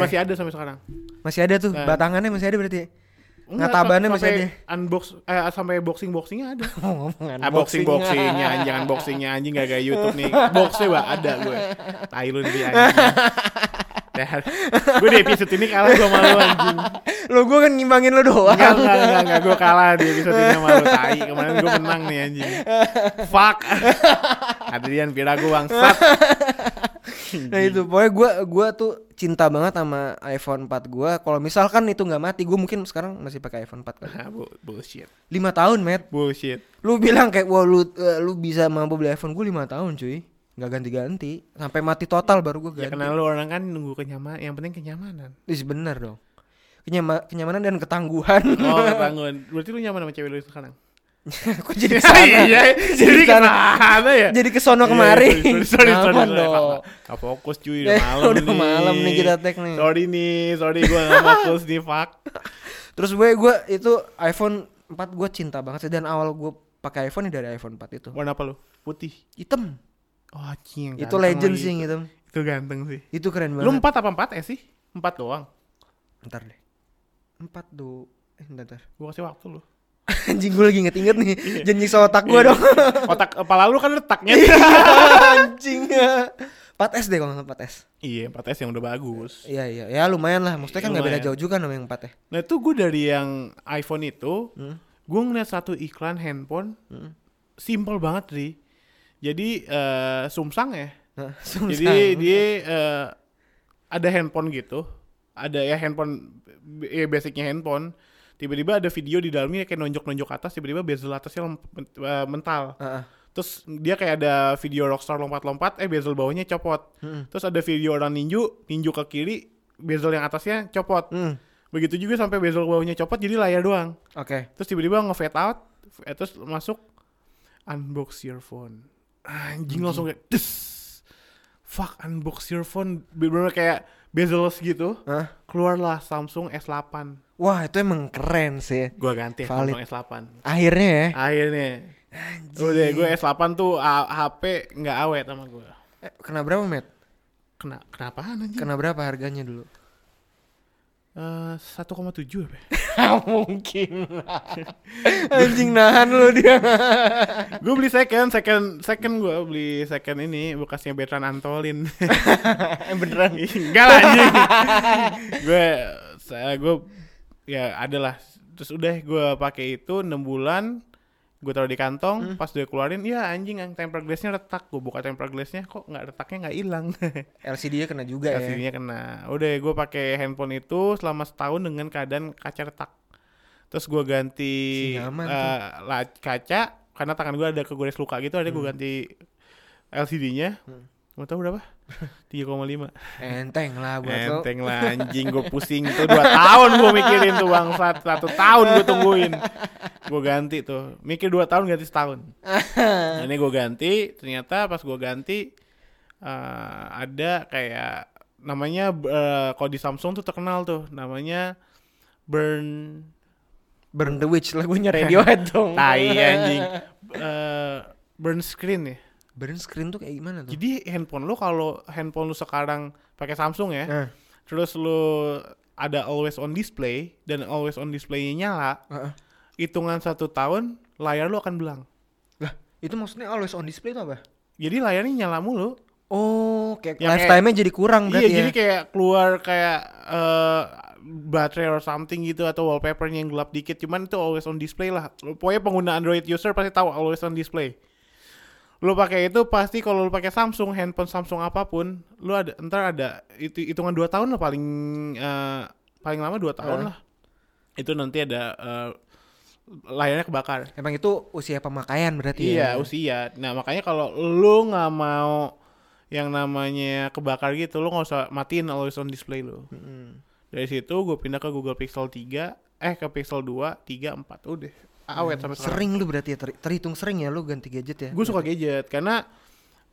Speaker 1: Yang
Speaker 2: ya.
Speaker 1: masih ada sampai sekarang.
Speaker 2: Masih ada tuh,
Speaker 1: Nah.
Speaker 2: batangannya masih ada berarti.
Speaker 1: Enggak,
Speaker 2: Ngatabannya
Speaker 1: sam-
Speaker 2: masih
Speaker 1: sampai
Speaker 2: ada.
Speaker 1: Unbox eh sampai boxing boxingnya ada.
Speaker 2: Mau ngomong
Speaker 1: Ah, boxing boxingnya anjing jangan boxingnya anjing gak kayak YouTube nih. Boxnya bah ada gue. Tai lu nih anjing. Dahar. gue di episode ini kalah gue malu anjing.
Speaker 2: Lo gue kan ngimbangin lo doang.
Speaker 1: Enggak enggak enggak, enggak. gue kalah di episode ini malu tai. Kemarin gue menang nih anjing. Fuck. Adrian Pirago bangsat.
Speaker 2: Nah itu pokoknya gue gua tuh cinta banget sama iPhone 4 gue. Kalau misalkan itu nggak mati, gue mungkin sekarang masih pakai iPhone 4 kali.
Speaker 1: Ah, bu- bullshit.
Speaker 2: 5 tahun, Matt.
Speaker 1: Bullshit.
Speaker 2: Lu bilang kayak wah lu eh, lu bisa mampu beli iPhone gue 5 tahun, cuy. nggak ganti-ganti sampai mati total baru gue
Speaker 1: Ya
Speaker 2: ganti.
Speaker 1: karena lu orang kan nunggu kenyamanan, yang penting kenyamanan.
Speaker 2: Is bener dong. Kenyama- kenyamanan dan ketangguhan.
Speaker 1: Oh, bangun. Berarti lu nyaman sama cewek lu sekarang?
Speaker 2: Kok jadi kesana?
Speaker 1: iya, jadi
Speaker 2: kesana.
Speaker 1: kesana ya.
Speaker 2: Jadi kesono
Speaker 1: Iya,
Speaker 2: kemari.
Speaker 1: sorry, sorry, sorry,
Speaker 2: Kenapa
Speaker 1: sorry, sorry,
Speaker 2: dong?
Speaker 1: Pak. Nggak fokus cuy, udah
Speaker 2: Eh,
Speaker 1: malam
Speaker 2: udah malam nih kita tag nih.
Speaker 1: Sorry nih, sorry gue gak fokus nih, fuck.
Speaker 2: Terus gue gue itu iPhone 4 gue cinta banget sih dan awal gue pakai iPhone ya dari iPhone 4 itu.
Speaker 1: Warna apa lu? Putih.
Speaker 2: Hitam.
Speaker 1: Oh, anjing.
Speaker 2: itu
Speaker 1: ganteng
Speaker 2: legend
Speaker 1: lagi.
Speaker 2: sih yang hitam.
Speaker 1: Itu ganteng sih.
Speaker 2: Itu keren banget.
Speaker 1: Lu empat apa empat eh sih? Empat doang.
Speaker 2: Ntar deh. Empat do. Eh, ntar, ntar.
Speaker 1: Gue kasih waktu lu.
Speaker 2: Anjing gue lagi inget-inget nih.
Speaker 1: Iya.
Speaker 2: Janji soal otak gue dong.
Speaker 1: Otak kepala lu kan letaknya.
Speaker 2: Iya. Anjing. 4S deh kalau nggak salah 4S.
Speaker 1: iya, 4S yang udah bagus.
Speaker 2: Iya iya. Ya lumayan lah. Maksudnya kan nggak beda
Speaker 1: Lumayan.
Speaker 2: jauh juga sama yang 4 ya.
Speaker 1: Nah, itu gue dari yang iPhone itu,
Speaker 2: Hmm.
Speaker 1: gue ngeliat satu iklan handphone,
Speaker 2: Hmm.
Speaker 1: simple banget sih. Jadi, eh Sumsang ya,
Speaker 2: Nah,
Speaker 1: Jadi dia eh, ada handphone gitu, ada ya handphone b- ya basicnya handphone. Tiba-tiba ada video di dalamnya kayak nonjok-nonjok atas, tiba-tiba bezel atasnya lem- men- eh, mental.
Speaker 2: Heeh.
Speaker 1: Terus dia kayak ada video rockstar lompat-lompat, eh bezel bawahnya copot.
Speaker 2: Mm-mm.
Speaker 1: Terus ada video orang ninju, ninju ke kiri, bezel yang atasnya copot.
Speaker 2: Hmm.
Speaker 1: Begitu juga sampai bezel bawahnya copot, jadi layar doang.
Speaker 2: Oke.
Speaker 1: Terus tiba-tiba nge-fade out, f- eh, terus masuk unbox your phone. Anjing langsung kayak des. Fuck unbox your phone bener-bener kayak bezel-less gitu.
Speaker 2: Hah?
Speaker 1: Keluarlah Samsung S8.
Speaker 2: Wah, itu emang keren sih.
Speaker 1: Gua ganti ya,
Speaker 2: Valid.
Speaker 1: Samsung S8.
Speaker 2: Akhirnya ya.
Speaker 1: Akhirnya. Udah gue S8 tuh A- HP nggak awet sama gue.
Speaker 2: Eh, kena berapa, Matt?
Speaker 1: Kena kenapaan anjing?
Speaker 2: Kena berapa harganya dulu?
Speaker 1: Eh, 1,7 apa? ya?
Speaker 2: mungkin Anjing nahan lu dia.
Speaker 1: gue beli second, second, second gue beli second ini bekasnya Bertrand Antolin.
Speaker 2: Beneran.
Speaker 1: Enggak lah anjing. gue saya gue ya adalah terus udah gue pakai itu 6 bulan gue taruh di kantong pas gue keluarin ya anjing yang tempered glassnya retak gue buka tempered glassnya kok nggak retaknya nggak hilang
Speaker 2: LCD-nya kena juga ya.
Speaker 1: LCD-nya kena udah gue pakai handphone itu selama setahun dengan keadaan kaca retak terus gue ganti
Speaker 2: Si nyaman
Speaker 1: eh, la- kaca karena tangan gue ada kegores luka gitu ada
Speaker 2: Hmm.
Speaker 1: gue ganti LCD-nya mau tahu berapa 3,5
Speaker 2: Enteng lah buat lu.
Speaker 1: Enteng lah anjing gue pusing tuh dua tahun gue mikirin tuh bangsat satu tahun gue tungguin gue ganti tuh mikir dua tahun ganti setahun ini gue ganti ternyata pas gue ganti eh, ada kayak namanya eh, kalau di Samsung tuh terkenal tuh namanya burn
Speaker 2: Burn the Witch lagunya Radiohead dong.
Speaker 1: tai anjing Eh, burn screen ya
Speaker 2: Burn screen tuh kayak gimana tuh?
Speaker 1: jadi handphone lu kalau handphone lu sekarang pakai Samsung ya
Speaker 2: Heeh.
Speaker 1: terus lu ada always on display dan always on display-nya nyala,
Speaker 2: Heeh.
Speaker 1: hitungan satu tahun layar lu akan belang.
Speaker 2: Lah, itu maksudnya always on display tuh apa?
Speaker 1: Jadi layarnya nyala mulu.
Speaker 2: Oh,
Speaker 1: Yang
Speaker 2: kayak
Speaker 1: kayak-
Speaker 2: lifetime-nya jadi kurang
Speaker 1: Iya,
Speaker 2: berarti ya.
Speaker 1: jadi kayak keluar kayak eh, baterai or something gitu atau wallpapernya yang gelap dikit. Cuman itu always on display lah. Lu- Pokoknya pengguna Android user pasti tahu always on display. Lu pakai itu pasti kalau lu pakai Samsung, handphone Samsung apapun, lu ada ntar ada itu hitungan 2 tahun lah paling eh, paling lama 2 tahun
Speaker 2: Heeh.
Speaker 1: lah. Itu nanti ada eh, layarnya kebakar.
Speaker 2: Emang itu usia pemakaian
Speaker 1: Iya,
Speaker 2: berarti ya?
Speaker 1: usia. Nah, makanya kalau lu nggak mau yang namanya kebakar gitu, lu nggak usah matiin always on display lu.
Speaker 2: Mm-mm.
Speaker 1: Dari situ gue pindah ke Google Pixel 3, eh ke Pixel 2, 3, 4. Udah, awet sampai sekarang.
Speaker 2: Sering lu berarti ya, ter- terhitung sering ya lu ganti gadget ya?
Speaker 1: Gue suka gadget karena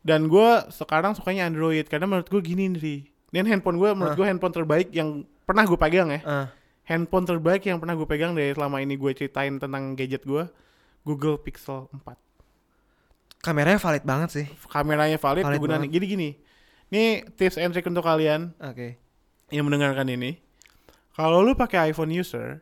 Speaker 1: dan gue sekarang sukanya Android karena menurut gue gini nih. Dan handphone gue menurut
Speaker 2: Ah.
Speaker 1: gue handphone terbaik yang pernah gue pegang ya.
Speaker 2: Ah,
Speaker 1: Handphone terbaik yang pernah gue pegang dari selama ini gue ceritain tentang gadget gue. Google Pixel 4.
Speaker 2: kameranya valid banget sih.
Speaker 1: kameranya valid,
Speaker 2: Valid
Speaker 1: kegunaannya jadi gini. Ini tips and trick untuk kalian
Speaker 2: Oke.
Speaker 1: yang mendengarkan ini. Kalau lu pakai iPhone user,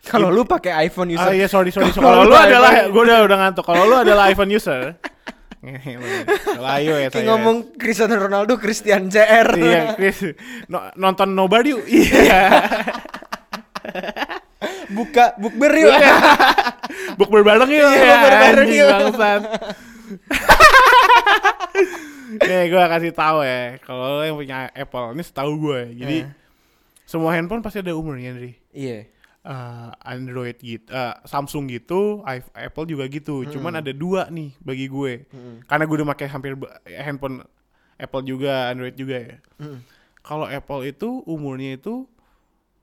Speaker 2: Kalau lu pakai iPhone
Speaker 1: ah
Speaker 2: user,
Speaker 1: iya sorry sorry,
Speaker 2: Kalau
Speaker 1: kalau
Speaker 2: lu
Speaker 1: lu
Speaker 2: pakai
Speaker 1: adalah
Speaker 2: iPhone-
Speaker 1: gue udah udah ngantuk. Kalau lu adalah iPhone user, ngehe lu. Kalau iOS,
Speaker 2: kayak
Speaker 1: iOS.
Speaker 2: ngomong Cristiano Ronaldo, Christian CR.
Speaker 1: ya, Iya, Chris. No- nonton Nobody. Iya.
Speaker 2: Buka bukber yuk.
Speaker 1: Iya. Buk berbareng yuk.
Speaker 2: Iya, bukber
Speaker 1: ya,
Speaker 2: bareng
Speaker 1: anjing
Speaker 2: yuk.
Speaker 1: bangsat. Nih gue kasih tahu ya, kalau lu yang punya Apple, ini setahu gue. Jadi
Speaker 2: Eh.
Speaker 1: semua handphone pasti ada umurnya, Andri.
Speaker 2: Iya.
Speaker 1: eh, Android gitu, eh, Samsung gitu, iP- Apple juga gitu. Cuman ada dua nih bagi gue.
Speaker 2: Mm-mm.
Speaker 1: Karena gue udah pakai hampir ba- handphone Apple juga, Android juga ya.
Speaker 2: Mm-mm.
Speaker 1: Kalau Apple itu umurnya itu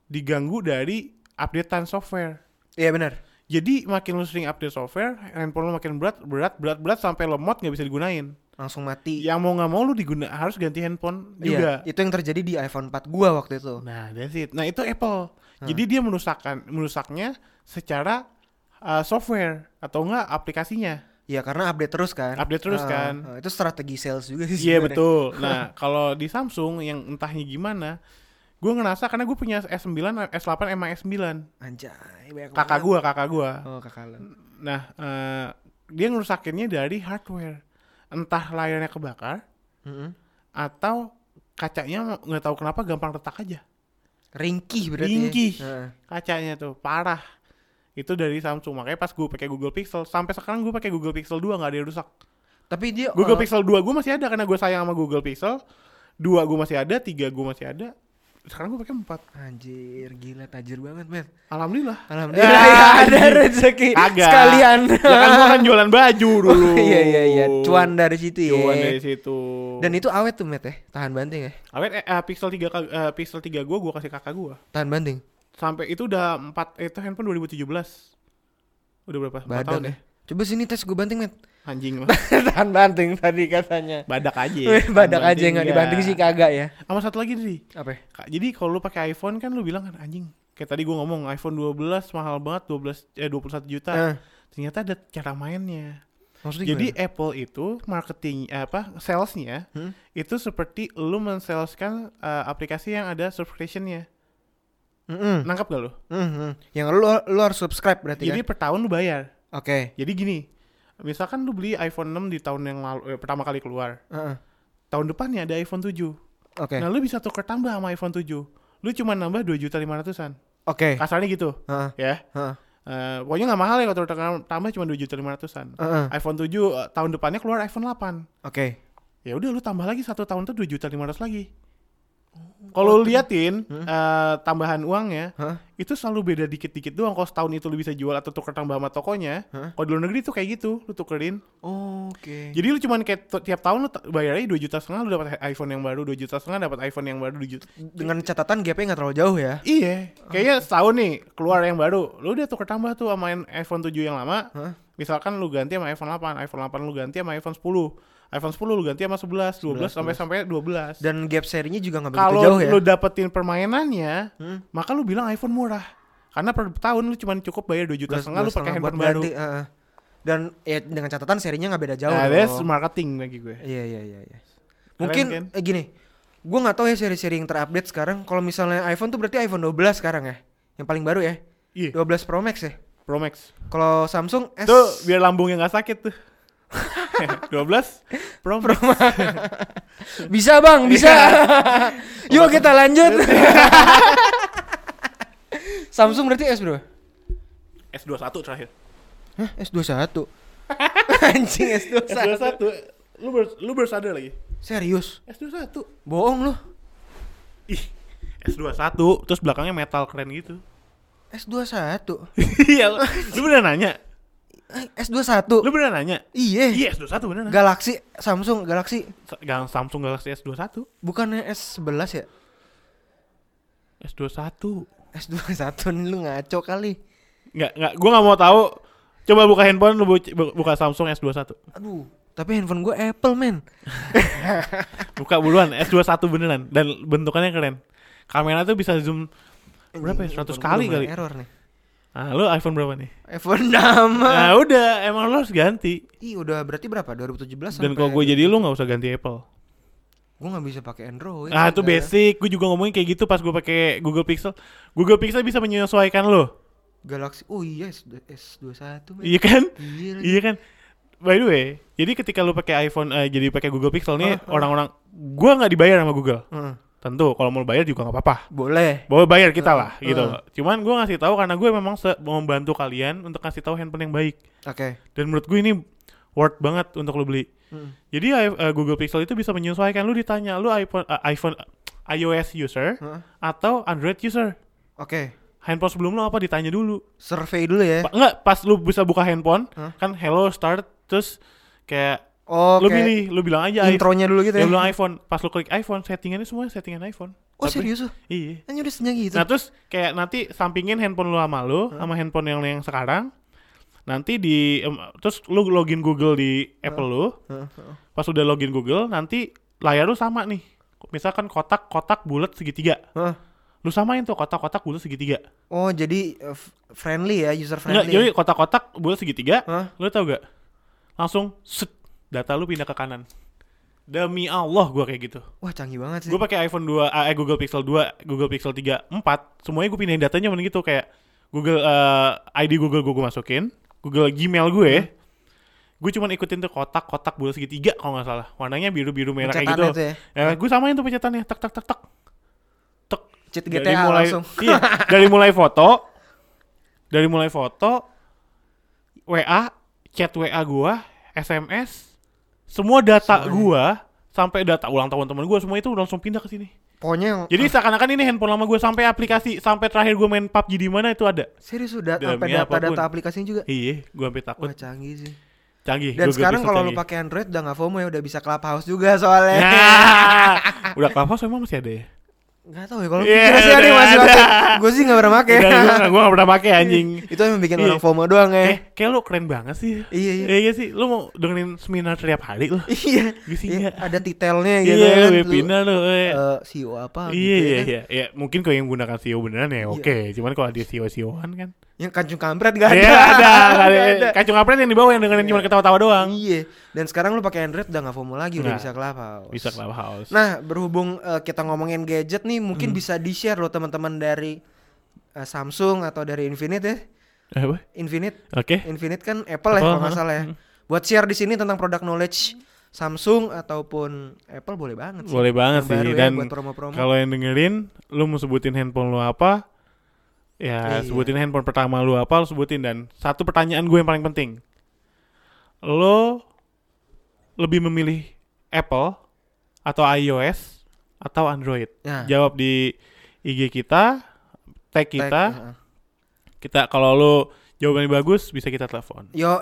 Speaker 1: diganggu dari updatean software.
Speaker 2: Iya benar.
Speaker 1: Jadi makin lu sering update software, handphone lu makin berat, berat, berat, berat sampai lemot nggak bisa digunain.
Speaker 2: Langsung mati.
Speaker 1: Yang mau nggak mau lu diguna harus ganti
Speaker 2: Iya,
Speaker 1: handphone Iya, juga.
Speaker 2: Itu yang terjadi di iPhone 4 gua waktu itu.
Speaker 1: Nah, that's it. Nah, itu Apple. Jadi dia merusakkan merusaknya secara uh, software atau enggak aplikasinya.
Speaker 2: Ya karena update terus kan.
Speaker 1: Update terus
Speaker 2: Ah,
Speaker 1: kan.
Speaker 2: ah, itu strategi sales juga sih.
Speaker 1: Iya,
Speaker 2: sebenarnya.
Speaker 1: betul. Nah, kalau di Samsung yang entahnya gimana, gue ngerasa karena gue punya S9, S8 emang S9.
Speaker 2: Anjay, banyak
Speaker 1: Kakak
Speaker 2: banget.
Speaker 1: gue, kakak gue.
Speaker 2: Oh, kakak lu.
Speaker 1: Nah, eh, dia ngerusakinnya dari hardware. Entah layarnya kebakar
Speaker 2: Mm-mm.
Speaker 1: atau kacanya nggak tahu kenapa gampang retak aja.
Speaker 2: Ringkih berarti. ya.
Speaker 1: Ringkih.
Speaker 2: Heeh.
Speaker 1: kacanya tuh parah itu dari Samsung makanya pas gue pakai Google Pixel sampai sekarang gue pakai Google Pixel 2 nggak ada yang rusak
Speaker 2: Tapi dia
Speaker 1: Google
Speaker 2: eh,
Speaker 1: Pixel 2 gue masih ada karena gue sayang sama Google Pixel 2 gue masih ada 3 gue masih ada sekarang gue pakai 4
Speaker 2: Oh, Anjir, gila tajir banget, men.
Speaker 1: alhamdulillah
Speaker 2: Alhamdulillah
Speaker 1: Ya,
Speaker 2: ya, ada
Speaker 1: anjing.
Speaker 2: rezeki
Speaker 1: Agak.
Speaker 2: sekalian.
Speaker 1: ya kan gue kan jualan baju dulu
Speaker 2: Oh, iya iya iya, cuan dari situ ya.
Speaker 1: cuan dari situ
Speaker 2: Dan itu awet tuh, Met ya. Tahan banting ya.
Speaker 1: awet eh, eh, Pixel 3 ka- eh, Pixel 3 gue gue kasih kakak gue
Speaker 2: Tahan banting.
Speaker 1: sampai itu udah 4 itu handphone 2017 udah berapa 4 tahun
Speaker 2: Badan
Speaker 1: ya
Speaker 2: ya. Coba sini tes gue banting, Met.
Speaker 1: anjing mah
Speaker 2: Tahan banting tadi katanya.
Speaker 1: badak aja
Speaker 2: Badak aja nggak
Speaker 1: Iya, kan Banting
Speaker 2: dibanting sih kagak ya.
Speaker 1: sama satu lagi sih
Speaker 2: Apa? ya?
Speaker 1: Kak, jadi kalau lu pakai iPhone kan lu bilang kan anjing. Kayak tadi gua ngomong iPhone 12 mahal banget 12 eh 21 juta.
Speaker 2: Eh,
Speaker 1: Ternyata ada cara mainnya.
Speaker 2: maksudnya
Speaker 1: Jadi
Speaker 2: gimana?
Speaker 1: Apple itu marketing eh, apa salesnya
Speaker 2: Hmm?
Speaker 1: itu seperti lu mensaleskan eh, aplikasi yang ada subscriptionnya.
Speaker 2: Mm-mm.
Speaker 1: Nangkap gak lu?
Speaker 2: Mhm. Yang lu lu harus subscribe berarti
Speaker 1: Jadi
Speaker 2: kan?
Speaker 1: per tahun lu bayar.
Speaker 2: Oke.
Speaker 1: Jadi gini, misalkan lu beli iPhone 6 di tahun yang lalu eh, pertama kali keluar.
Speaker 2: Heeh.
Speaker 1: Tahun depannya ada iPhone 7.
Speaker 2: Oke.
Speaker 1: Nah, lu bisa tuker tambah sama iPhone 7. Lu cuma nambah 2.500-an.
Speaker 2: Oke.
Speaker 1: Kasarnya gitu,
Speaker 2: Heeh.
Speaker 1: ya.
Speaker 2: Heeh.
Speaker 1: Eh, pokoknya nggak mahal ya kalau terutama- tambah cuma 2.500an
Speaker 2: Heeh.
Speaker 1: iPhone 7 eh, tahun depannya keluar iPhone 8.
Speaker 2: Oke.
Speaker 1: Ya udah lu tambah lagi satu tahun tuh 2.500 lagi. Kalau lu liatin eh, tambahan uangnya
Speaker 2: Hah?
Speaker 1: itu selalu beda dikit-dikit doang. Kalau setahun itu lu bisa jual atau tuker tambah sama tokonya.
Speaker 2: Hah?
Speaker 1: Kalau di luar negeri tuh kayak gitu, lu tukerin.
Speaker 2: Oke.
Speaker 1: Jadi lu cuman kayak t- tiap tahun lu t- bayar aja 2 juta setengah lu dapat iPhone yang baru, 2 juta setengah dapat iPhone yang baru 2 juta.
Speaker 2: Dengan catatan gapnya nggak terlalu jauh ya.
Speaker 1: Iya, kayaknya setahun nih keluar yang baru. Lu udah tuker tambah tuh sama yang iPhone 7 yang lama.
Speaker 2: Hah?
Speaker 1: Misalkan lu ganti sama iPhone 8, iPhone 8 lu ganti sama iPhone 10, iPhone 10 lu ganti sama 11, 12 sampai sampai 12.
Speaker 2: Dan gap serinya juga nggak begitu
Speaker 1: Kalau
Speaker 2: jauh ya.
Speaker 1: lu dapetin permainannya,
Speaker 2: Hmm.
Speaker 1: maka lu bilang iPhone murah. Karena per tahun lu cuma cukup bayar 2 juta
Speaker 2: Dua-
Speaker 1: setengah
Speaker 2: dua
Speaker 1: lu pakai
Speaker 2: setengah buat
Speaker 1: handphone baru.
Speaker 2: ganti, heeh. Dan ya dengan catatan serinya nggak beda jauh.
Speaker 1: Nah,
Speaker 2: dong.
Speaker 1: that's marketing bagi gue.
Speaker 2: Iya iya iya. iya.
Speaker 1: Keren,
Speaker 2: Mungkin
Speaker 1: kan?
Speaker 2: eh, gini, gue nggak tahu ya seri-seri yang terupdate sekarang. Kalau misalnya iPhone tuh berarti iPhone 12 sekarang ya, yang paling baru ya,
Speaker 1: Iya,
Speaker 2: 12 Pro Max ya.
Speaker 1: Pro Max.
Speaker 2: Kalau Samsung S
Speaker 1: Tuh biar lambungnya nggak sakit tuh. 12 Pro Max.
Speaker 2: bisa bang, bisa.
Speaker 1: Iya.
Speaker 2: Yuk kita lanjut. Samsung berarti S bro?
Speaker 1: S21 terakhir.
Speaker 2: Hah, S21. Anjing S21.
Speaker 1: S21 lu baru, lu baru sadar lagi.
Speaker 2: Serius?
Speaker 1: S21.
Speaker 2: Bohong lu.
Speaker 1: Ih, S21 terus belakangnya metal keren gitu.
Speaker 2: S21
Speaker 1: Iya, lu- lu bener nanya?
Speaker 2: Eh, S21
Speaker 1: Lu bener nanya?
Speaker 2: Iya
Speaker 1: Iya, S21 bener nanya.
Speaker 2: Galaxy Samsung Galaxy
Speaker 1: Sa- Gang Samsung Galaxy S21.
Speaker 2: Bukannya S11 ya?
Speaker 1: S21.
Speaker 2: S21 nih lu ngaco kali
Speaker 1: Enggak, enggak, gua enggak mau tahu. Coba buka handphone lu bu- bu- buka Samsung S21.
Speaker 2: Aduh Tapi handphone gue Apple men
Speaker 1: Buka buruan S21 beneran dan bentukannya keren. Kamera tuh bisa zoom Berapa ya?
Speaker 2: Ini
Speaker 1: 100
Speaker 2: handphone
Speaker 1: kali
Speaker 2: gua lumayan
Speaker 1: kali.
Speaker 2: Error nih
Speaker 1: Ah, lu iPhone berapa nih?
Speaker 2: iPhone nama
Speaker 1: Nah, udah, emang lu harus ganti.
Speaker 2: Ih udah berarti berapa? 2017
Speaker 1: Dan kalau gue jadi lu nggak usah ganti Apple.
Speaker 2: Gue gak bisa pakai Android
Speaker 1: Ah, itu
Speaker 2: udah.
Speaker 1: basic. Gue juga ngomongin kayak gitu pas gue pakai Google Pixel. Google Pixel bisa menyesuaikan lo.
Speaker 2: Galaxy Oh iya S- S21 men
Speaker 1: Iya kan?
Speaker 2: Iya lagi.
Speaker 1: Iya kan? By the way, jadi ketika lu pakai iPhone eh, jadi pakai Google Pixel nih
Speaker 2: Ah, ah.
Speaker 1: orang-orang gua nggak dibayar sama Google.
Speaker 2: Heeh.
Speaker 1: Tentu kalau mau bayar juga nggak apa-apa.
Speaker 2: Boleh
Speaker 1: Bahwa bayar kita lah
Speaker 2: Ah,
Speaker 1: gitu
Speaker 2: ah.
Speaker 1: loh. Cuman gua ngasih tahu karena gue memang se- mau membantu kalian untuk ngasih tahu handphone yang baik.
Speaker 2: Oke
Speaker 1: Dan menurut gue ini worth banget untuk lu beli.
Speaker 2: Mm.
Speaker 1: Jadi i- eh, Google Pixel itu bisa menyesuaikan lu ditanya lu iPhone eh, iPhone iOS user
Speaker 2: Heeh.
Speaker 1: atau Android user.
Speaker 2: Oke
Speaker 1: handphone sebelum lo apa ditanya dulu
Speaker 2: Survei dulu ya
Speaker 1: Pa- enggak pas lu bisa buka handphone
Speaker 2: Hah?
Speaker 1: kan hello start terus kayak
Speaker 2: Oh
Speaker 1: lu
Speaker 2: kayak
Speaker 1: pilih lu bilang aja iPhone
Speaker 2: Intronya dulu
Speaker 1: lu
Speaker 2: gitu ya
Speaker 1: bilang iPhone pas lu klik iPhone settingannya semua settingan iPhone
Speaker 2: Oh
Speaker 1: Tapi-
Speaker 2: serius tuh?
Speaker 1: iya
Speaker 2: Hanya udah senyaga gitu
Speaker 1: nah terus kayak nanti sampingin handphone lu sama lu sama handphone yang yang sekarang nanti di em, terus lu login Google di Apple lu
Speaker 2: Heeh, heeh.
Speaker 1: pas udah login Google nanti layar lu sama nih misalkan kotak kotak bulat segitiga
Speaker 2: Heeh.
Speaker 1: lu samain tuh kotak kotak bulat segitiga
Speaker 2: Oh jadi eh, f- friendly ya user
Speaker 1: Enggak,
Speaker 2: friendly.
Speaker 1: jadi kotak-kotak bulat segitiga,
Speaker 2: Hah?
Speaker 1: lu tau gak? Langsung set, data lu pindah ke kanan. Demi Allah gua kayak gitu.
Speaker 2: Wah canggih banget sih.
Speaker 1: Gua pakai iPhone 2, eh Google Pixel 2, Google Pixel 3, 4, semuanya gua pindahin datanya mending gitu kayak Google eh, ID Google gua, gua masukin, Google Gmail gue.
Speaker 2: Hmm.
Speaker 1: Gue cuman ikutin tuh kotak-kotak bulat segitiga kalau nggak salah. Warnanya biru-biru merah kayak gitu.
Speaker 2: Pencetannya tuh ya.
Speaker 1: Ya, gue samain tuh pencetannya, tak tak tak tak. Tek.
Speaker 2: Cheat
Speaker 1: Dari
Speaker 2: GTA
Speaker 1: mulai,
Speaker 2: langsung.
Speaker 1: Iya, dari mulai foto, dari mulai foto, WA, chat WA gua, SMS, semua data
Speaker 2: Semuanya.
Speaker 1: gua sampai data ulang tahun teman gua semua itu langsung pindah ke sini.
Speaker 2: Pokoknya yang-
Speaker 1: Jadi seakan-akan ini handphone lama gua sampai aplikasi sampai terakhir gua main PUBG di mana itu ada.
Speaker 2: serius sudah
Speaker 1: Demi
Speaker 2: sampai data-data
Speaker 1: apapun.
Speaker 2: aplikasinya juga.
Speaker 1: Iya, gua sampai takut.
Speaker 2: Wah canggih sih.
Speaker 1: Canggih.
Speaker 2: Dan
Speaker 1: Google
Speaker 2: sekarang
Speaker 1: Pixel
Speaker 2: kalau lu
Speaker 1: canggih.
Speaker 2: pakai Android udah nggak FOMO ya udah bisa Clubhouse juga soalnya.
Speaker 1: Nah, udah Clubhouse emang masih ada ya?
Speaker 2: Nggak tahu ya kalau
Speaker 1: Iya,
Speaker 2: yeah, sih ada yang
Speaker 1: udah
Speaker 2: masih
Speaker 1: ada.
Speaker 2: pakai. Gue sih nggak pernah pakai.
Speaker 1: Enggak, gua enggak- gua gak pernah pakai anjing.
Speaker 2: Itu yang bikin
Speaker 1: Iya.
Speaker 2: orang FOMO doang
Speaker 1: Eh,
Speaker 2: ya.
Speaker 1: kayak lu keren banget sih.
Speaker 2: Iya iya.
Speaker 1: Iya sih, lu mau dengerin seminar tiap hari lu.
Speaker 2: Iya.
Speaker 1: Bisa
Speaker 2: Iya,
Speaker 1: nggak?
Speaker 2: ada detailnya gitu
Speaker 1: Iya,
Speaker 2: kan.
Speaker 1: lu
Speaker 2: Lu,
Speaker 1: webinar lu. eh.
Speaker 2: eh, CEO apa gitu
Speaker 1: Iya
Speaker 2: ya
Speaker 1: iya
Speaker 2: kan.
Speaker 1: iya, iya. Mungkin kalau yang menggunakan CEO beneran ya
Speaker 2: Iya.
Speaker 1: oke. Cuman kalau dia CEO CEOan kan.
Speaker 2: Yang kancung kampret gak ada.
Speaker 1: Iya ada, nggak ada.
Speaker 2: Nggak ada.
Speaker 1: Kacung apret yang di bawah yang dengerin
Speaker 2: Iya.
Speaker 1: cuma ketawa-tawa doang.
Speaker 2: Iya. Dan sekarang lu pakai Android udah nggak FOMO lagi, udah
Speaker 1: Nggak.
Speaker 2: bisa Clubhouse.
Speaker 1: Nah. Bisa Clubhouse.
Speaker 2: Nah, berhubung eh, kita ngomongin gadget nih, mungkin
Speaker 1: Hmm.
Speaker 2: bisa di-share loh teman-teman dari eh, Samsung atau dari Infinite ya.
Speaker 1: Eh, apa?
Speaker 2: Infinite,
Speaker 1: Oke.
Speaker 2: Infinite kan
Speaker 1: Apple,
Speaker 2: Apple ya
Speaker 1: Hmm.
Speaker 2: kalau nggak
Speaker 1: ha.
Speaker 2: salah ya. Buat share di sini tentang produk knowledge Samsung ataupun Apple boleh banget sih.
Speaker 1: Boleh banget
Speaker 2: Yang
Speaker 1: sih
Speaker 2: baru ya,
Speaker 1: dan
Speaker 2: buat promo-promo.
Speaker 1: kalau yang dengerin lu mau sebutin handphone lu apa? Ya,
Speaker 2: Iya.
Speaker 1: sebutin handphone pertama lu apa, lu sebutin dan satu pertanyaan gue yang paling penting. Lo lebih memilih Apple atau iOS atau Android?
Speaker 2: Nah,
Speaker 1: Jawab di IG kita, tag
Speaker 2: tag, ya.
Speaker 1: kita.
Speaker 2: ha.
Speaker 1: Kita kalau lu jawabannya bagus bisa kita telepon.
Speaker 2: Yo,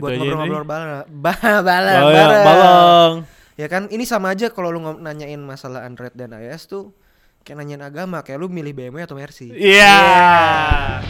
Speaker 1: Itu
Speaker 2: buat
Speaker 1: gitu aja
Speaker 2: ngobrol-ngobrol bareng, Ba- bareng,
Speaker 1: Oh, ya,
Speaker 2: bareng.
Speaker 1: balong.
Speaker 2: Ya kan, ini sama aja kalau lu ngom- nanyain masalah Android dan iOS tuh kayak nanyain agama, kayak lu milih BMW atau Mercy.
Speaker 1: Iya.